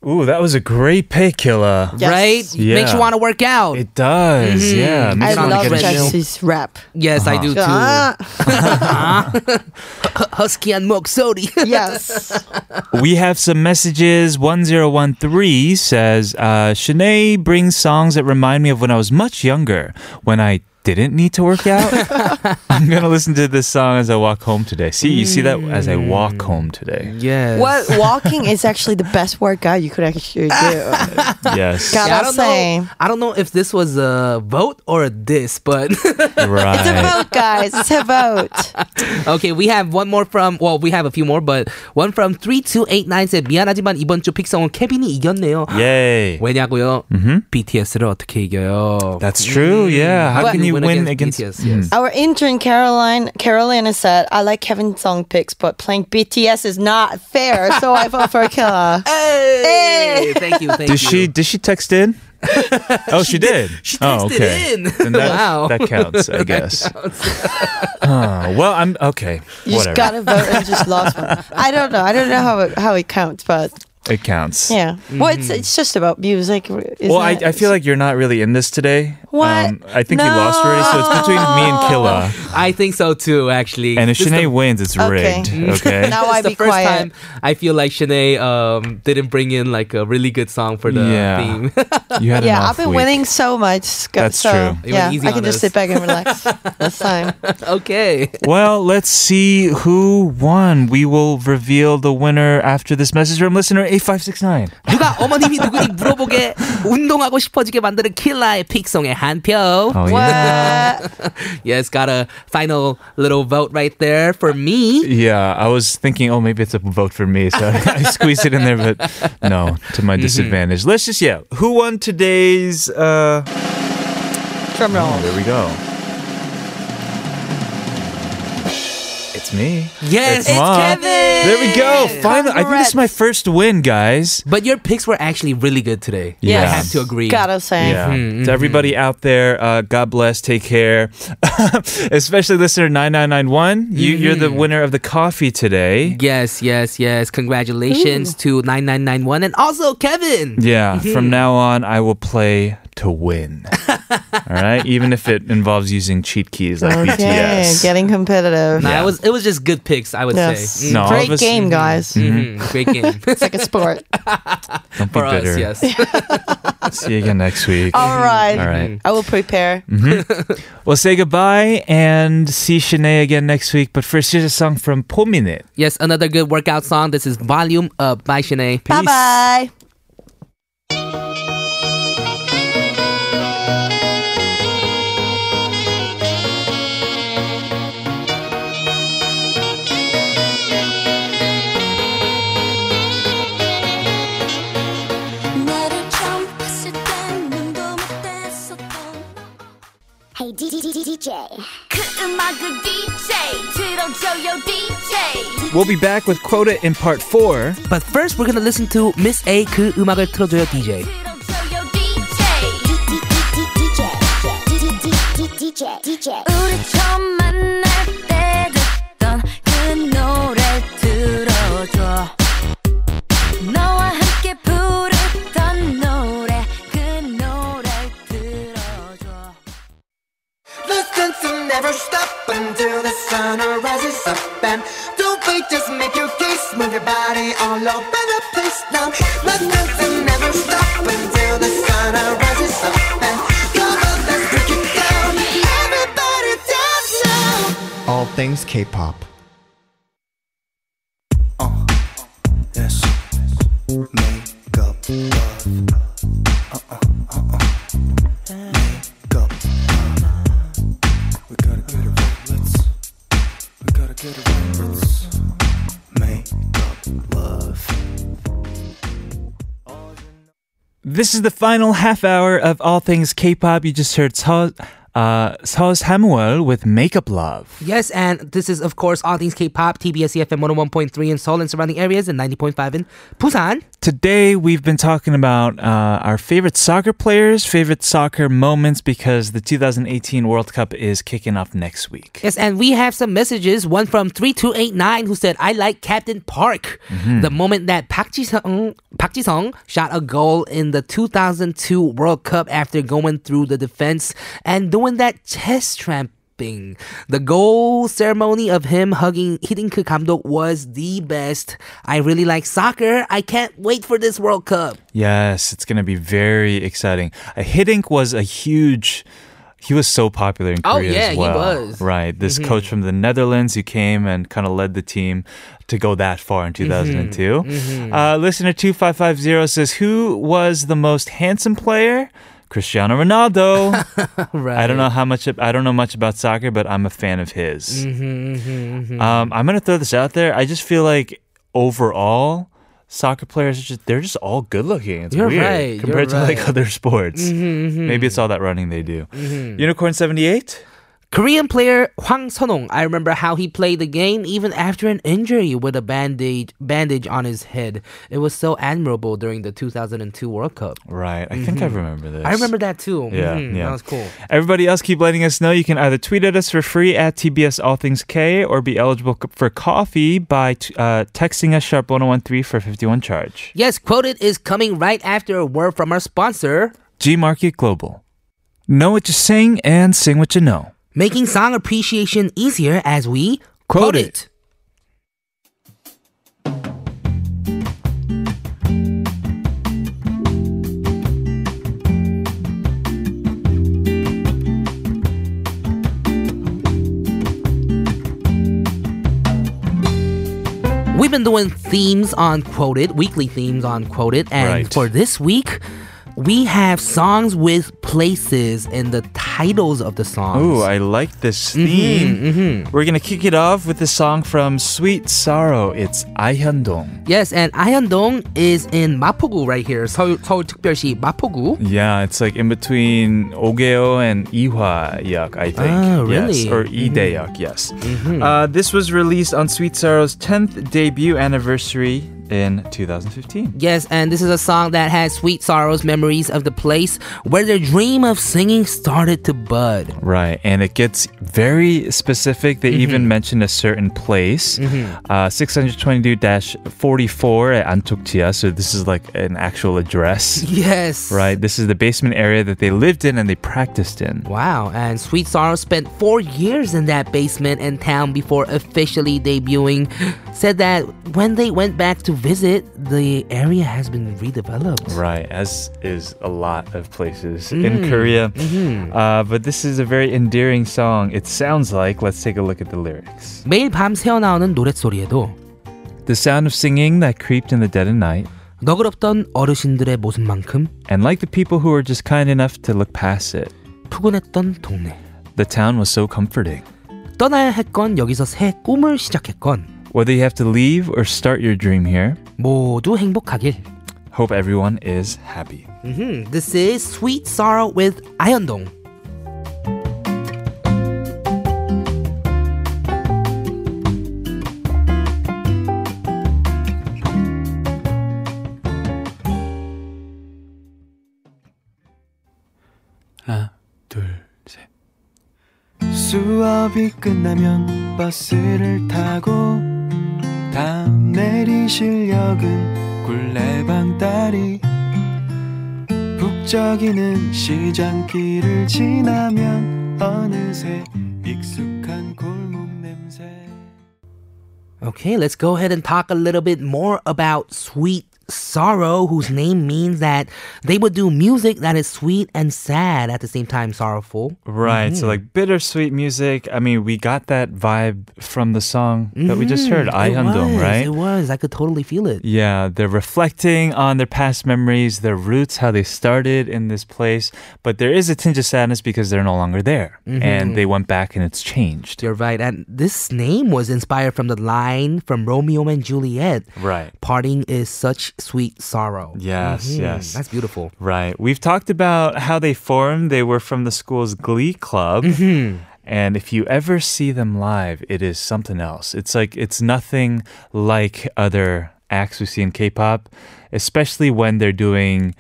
S1: Ooh, that was a great pick, Killer.
S7: Yes.
S2: Right?
S1: Yeah.
S2: Makes you want to work out.
S1: It does, yeah.
S7: Mm-hmm. I
S1: Makes me wanna
S7: love
S1: get a
S2: Jesse.
S1: shake.
S7: Jesse's rap.
S2: yes, I do too.
S1: Uh-huh.
S7: Ah,
S2: Husky and Milk Sody.
S7: yes.
S1: We have some messages. 1013 says, uh, Shanae brings songs that remind me of when I was much younger, when I didn't need to work out. I'm going to listen to this song as I walk home today. See, you see that as I walk home today.
S2: yes.
S7: What walking is actually the best workout you could actually do.
S1: Yes.
S7: Got
S2: Yeah, I
S7: Gotta
S2: don't
S7: say.
S2: know. I don't know if this was a vote or a diss, but
S7: It's a
S1: Right.
S7: vote, guys. It's a vote.
S2: okay, we have one more from. Well, we have a few more, but one from three two eight nine said 미안하지만 이번 주 픽성은 케빈이 이겼네요.
S1: Yay.
S2: 왜냐고요? BTS를 어떻게 이겨요?
S1: Mm-hmm.
S2: Mm-hmm.
S1: That's true. Yeah. How
S2: But
S1: can you win against, Mm-hmm.
S2: BTS? Yes.
S7: Our intern Caroline Carolina said, "I like Kevin song picks, but playing BTS is not fair, so I vote for Killa."
S2: Hey! thank you. Thank you.
S1: Did she did she text in? Oh, she, did.
S2: She
S1: oh,
S2: texted
S1: okay.
S2: in.
S1: Then that,
S2: Wow.
S1: that counts, I guess. Huh. well, I'm okay.
S7: You
S1: Whatever.
S7: just gotta vote and just lost one. I don't know. I don't know how it, how it counts, but
S1: it counts.
S7: yeah. Well, it's it's just about music. Isn't
S1: Mm-hmm. Well, I,
S7: it?
S1: I feel like you're not really in this today. Um,
S7: What?
S1: I think you lost already, so it's between me and Killa.
S2: I think so too, actually.
S1: And if
S2: This is
S1: Shanae wins, it's
S7: Okay.
S1: rigged. Okay.
S7: Now
S2: This
S7: I
S2: is the
S7: be
S2: first
S7: quiet.
S2: time I feel like Shanae um, didn't bring in like a really good song for the
S1: Yeah.
S2: theme.
S1: You had an
S7: yeah,
S1: off
S7: I've been
S1: week.
S7: winning so much. Go-
S1: That's
S7: so,
S1: true.
S2: It went
S7: Yeah,
S2: easy
S7: I
S2: on
S7: can just
S2: us.
S7: sit back and relax this time.
S2: okay.
S1: Well, let's see who won. We will reveal the winner after this message from listener 8569.
S2: 누가 어머님이 누구니 물어보게 운동하고 싶어지게 만드는 킬라의 픽송의 한 표.
S1: Oh, yeah.
S2: Yes, got a final little vote right there for me.
S1: Yeah, I was thinking, oh, maybe it's a vote for me, so I squeezed it in there, but no, to my disadvantage. Let's just yeah, who won today's? Uh... Oh,
S7: Drum roll.
S1: There we go. It's me.
S2: Yes.
S1: it's, Ma.
S7: Kevin!
S1: There we go. Finally, I think this is my first win, guys.
S2: But your picks were actually really good today.
S1: Yes.
S2: I have to agree.
S7: Gotta say.
S1: Yeah. To everybody out there, uh, God bless. Take care. Especially listener 9991. You, You're the winner of the coffee today.
S2: Yes, yes, yes. Congratulations to 9991 and also Kevin.
S1: Yeah. From now on, I will play to win. All right. Even if it involves using cheat keys like
S7: Okay,
S1: BTS.
S7: getting competitive.
S2: Nah, it was it was just good picks, I would
S7: Yes.
S2: say.
S1: No, all of
S7: Great
S1: us-
S7: game, guys.
S2: Mm, great game
S7: It's like a sport.
S1: Don't be
S2: for us.
S1: bitter.
S2: Yes.
S1: See you again next week.
S7: All right.
S1: All right.
S7: I will prepare.
S1: We'll say goodbye and see Shanae again next week. But first, here's a song from Pominit.
S2: Mm-hmm. yes, another good workout song. This is Volume Up by Shanae.
S7: Bye bye.
S5: Hey DJ, 그 음악을 DJ 들어줘요 DJ.
S1: We'll be back with Quota in part four.
S2: But first, we're gonna listen to Miss A. 그 음악을 틀어줘요 DJ.
S5: 들어줘요 DJ. DJ. 우리 처음 만날 때 듣던 그 노래 들어줘. 너와 함께 부르던 노래 그 노래 들어줘.
S3: Listen to never stop until the sun rises up and don't wait, just make your case, move your body all over the place now. Listen to never stop until the sun rises up and come on, let's break it down. Everybody dance now. All things K-pop. Uh, yes, make up love. Uh, uh, uh, uh. Make up we gotta get it right. Let's. We gotta get it right. Let's make up love.
S1: This is the final half hour of All Things K-pop. You just heard Seo, uh, Seo Samuel with Makeup Love.
S2: Yes, and this is of course all things K-pop, TBS EFM 101.3 in Seoul and surrounding areas, and 90.5 in Busan.
S1: Today we've been talking about uh, our favorite soccer players, favorite soccer moments, because the 2018 World Cup is kicking off next week.
S2: Yes, and we have some messages. One from 3289 who said, I like Captain Park. The moment that Park Ji-sung, Park Ji-sung shot a goal in the 2002 World Cup after going through the defense and doing that chest tramping. The goal ceremony of him hugging Hidinku Kamdok was the best. I really like soccer. I can't wait for this World Cup.
S1: Yes, it's going to be very exciting. Uh, Hiddink was a huge. He was so popular in
S2: Oh,
S1: Korea
S2: yeah,
S1: as
S2: he
S1: well.
S2: was. Mm-hmm.
S1: Right, this coach from the Netherlands who came and kind of led the team to go that far
S2: Mm-hmm.
S1: in 2002. Uh, listener two five five zero says, "Who was the most handsome player?" Cristiano Ronaldo. I don't know how much I don't know much about soccer, but I'm a fan of his.
S2: Mm-hmm.
S1: Um, I'm gonna throw this out there. I just feel like overall, soccer players are just they're just all good looking. It's
S2: You're
S1: weird
S2: right, you're
S1: compared to like
S2: right. Mm-hmm,
S1: other sports. Maybe it's all that running they do. Unicorn seventy eight.
S2: Korean player Hwang Sonong. I remember how he played the game even after an injury with a bandage bandage on his head. It was so admirable during the 2002 World Cup.
S1: Right. I think I remember this.
S2: Mm-hmm. I remember that too.
S1: Yeah,
S2: Mhm,
S1: yeah.
S2: that was cool.
S1: Everybody else, keep letting us know. You can either tweet at us for free at TBS All Things K or be eligible c- for coffee by t- uh, texting us sharp 1013 for 51 charge.
S2: Yes, quoted is coming right after a word from our sponsor.
S1: G Market Global. Know what you sing and sing what you know.
S2: Making song appreciation easier as we
S1: Quote
S2: quote,
S1: it.
S2: it. We've been doing themes on quoted, weekly themes on quoted, and
S1: Right.
S2: for this week, we have songs with places and the titles of the songs.
S1: Ooh, I like this theme. We're gonna kick it off with the song from Sweet Sorrow. It's Ahyandong.
S2: Yes, and Ayandong is in 마포구 right here. 서울, 서울특별시 마포구.
S1: Yeah, it's like in between Ogeo and Ihwa Yak, I think.
S2: Ah,
S1: Yes,
S2: really?
S1: or Ideyak, yes. Uh, this was released on Sweet Sorrow's 10th debut anniversary in 2015.
S2: Yes, and this is a song that has sweet sorrows, memories of the place where their dream of singing started to bud.
S1: Right, and it gets very specific. They even mention a certain place, uh, 622-44 at Antoktia. So this is like an actual address,
S2: Yes.
S1: right? This is the basement area that they lived in and they practiced in.
S2: Wow, and Sweet Sorrow spent four years in that basement and town before officially debuting. Said that when they went back to visit, the area has been redeveloped.
S1: Right, as is a lot of places in Korea. Uh, but this is a very endearing song. It sounds like. Let's take a look at the lyrics.
S2: 매일 밤 새어나오는 노랫소리에도
S1: The sound of singing that creeped in the dead of night,
S2: 너그럽던 어르신들의 모습만큼
S1: and like the people who were just kind enough to look past it,
S2: 푸근했던 동네.
S1: the town was so comforting.
S2: 떠나야 했건 여기서 새 꿈을 시작했건
S1: Whether you have to leave or start your dream here,
S2: 모두 행복하길.
S1: hope everyone is happy.
S2: Mhm, This is Sweet Sorrow with 아현동.
S10: 수업이 끝나면 버스를 타고 다음 내리실 역은 굴레방다리 북적이는 시장길을 지나면 어느새 익숙한 골목 냄새
S2: Okay, let's go ahead and talk a little bit more about Sweet Sorrow, whose name means that they would do music that is sweet and sad at the same time sorrowful.
S1: Right, so
S2: Mm-hmm.
S1: like bittersweet music. I mean, we got that vibe from the song that we just heard,
S2: Mm-hmm. It
S1: Ayandong,
S2: was,
S1: right?
S2: It was. I could totally feel it.
S1: Yeah, they're reflecting on their past memories, their roots, how they started in this place. But there is a tinge of sadness because they're no longer there
S2: Mm-hmm.
S1: and they went back and it's changed.
S2: You're right. And this name was inspired from the line from Romeo and Juliet.
S1: Right.
S2: Parting is such sweet sorrow.
S1: Yes,
S2: Hmm,
S1: yes.
S2: That's beautiful.
S1: Right. We've talked about how they formed. They were from the school's glee club. And if you ever see them live, it is something else. It's like, it's nothing like other acts we see in K pop, especially when they're doing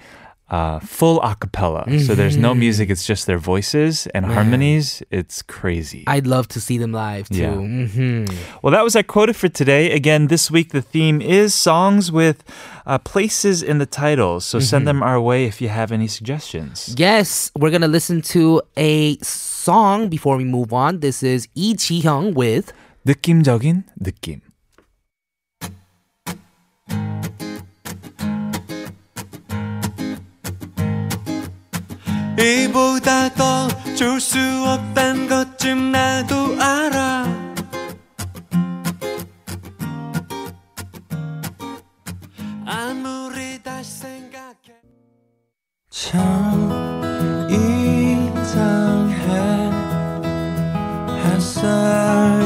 S1: uh, full a cappella. So there's no music, it's just their voices and harmonies. It's crazy.
S2: I'd love to see them live too.
S1: Yeah.
S2: hmm
S1: Well, that was our quota for today. Again, this week the theme is songs with uh, places in the titles. So send them our way if you have any suggestions.
S2: Yes, we're going to listen to a song before we move on. This is Lee Ji Hyung with
S1: 느낌적인 느낌.
S10: 이보다 더 줄 수 없단 것쯤 나도 알아 아무리 다시 생각해 참 이상해 햇살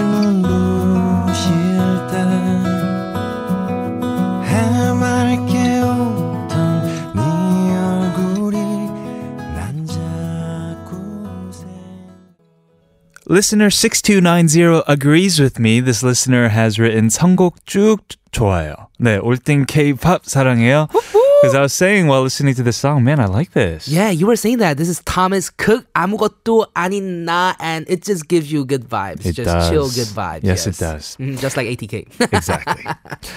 S10: 눈부실 때 해맑게 웃던 네 얼굴이 난 자꾸 새
S1: Listener 6290 agrees with me. This listener has written 선곡 쭉 좋아요. 네, 올땐 K-pop 사랑해요. Because I was saying while listening to this song, man, I like this.
S2: Yeah, you were saying that. This is Thomas Cook 아무것도 아닌 나 and it just gives you good vibes.
S1: It
S2: just
S1: does.
S2: chill good vibes.
S1: Yes, it does.
S2: Mhm, just like ATK.
S1: Exactly.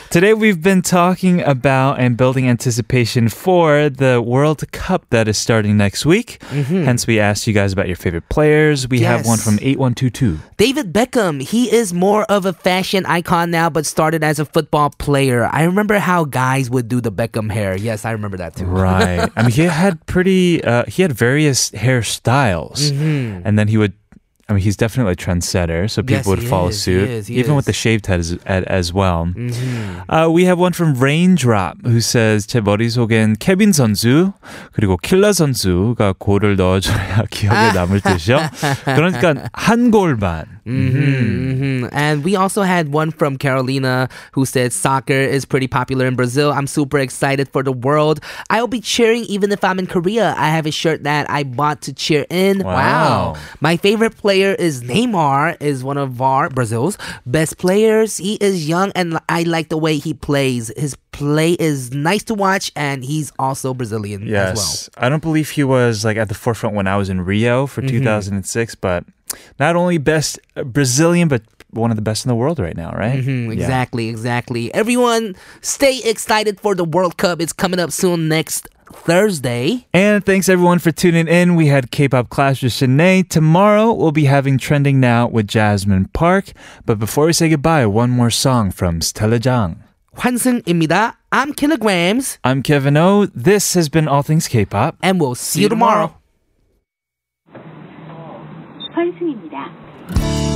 S1: Today we've been talking about and building anticipation for the World Cup that is starting next week. Hence, we asked you guys about your favorite players. We have one
S2: Mm-hmm. Yes.
S1: from 8122.
S2: David Beckham, he is more of a fashion icon now, but started as a football player. I remember how guys would do the Beckham hair. Yes, I remember that too.
S1: Right. I mean, he had pretty, uh, he had various hairstyles. And then he would I mean, he's definitely a trendsetter, so people
S2: Mm-hmm. Yes,
S1: would
S2: he
S1: follow
S2: is, he
S1: suit,
S2: is, he
S1: even with
S2: is. Mm-hmm.
S1: the shaved head as, as, as well. Uh, we have one from Raindrop who says 제 머릿속엔 케빈 선수 그리고 킬러 선수가 골을 넣어줘야 기억에 남을 듯이요. 그러니까 한 골만.
S2: hmm And we also had one from Carolina who said soccer is pretty popular in Brazil. I'm super excited for the world. I will be cheering even if I'm in Korea. I have a shirt that I bought to cheer in.
S1: Wow.
S2: My favorite player is Neymar, is one of our Brazil's best players. He is young and I like the way he plays. His play is nice to watch and he's also Brazilian as well.
S1: Yes. I don't believe he was like at the forefront when I was in Rio for
S2: Mm-hmm.
S1: 2006, but not only best uh, Brazilian, but one of the best in the world right now, right?
S2: Mhm,
S1: Yeah.
S2: exactly, exactly. Everyone, stay excited for the World Cup. It's coming up soon next Thursday.
S1: And thanks everyone for tuning in. We had K-pop Clash with Shanae. Tomorrow we'll be having Trending Now with Jasmine Park. But before we say goodbye, one more song from Stella Jang.
S2: 환승입니다. I'm Kilograms,
S1: I'm Kevin O. This has been All Things K-pop.
S2: and we'll see, you tomorrow.
S11: 환승입니다.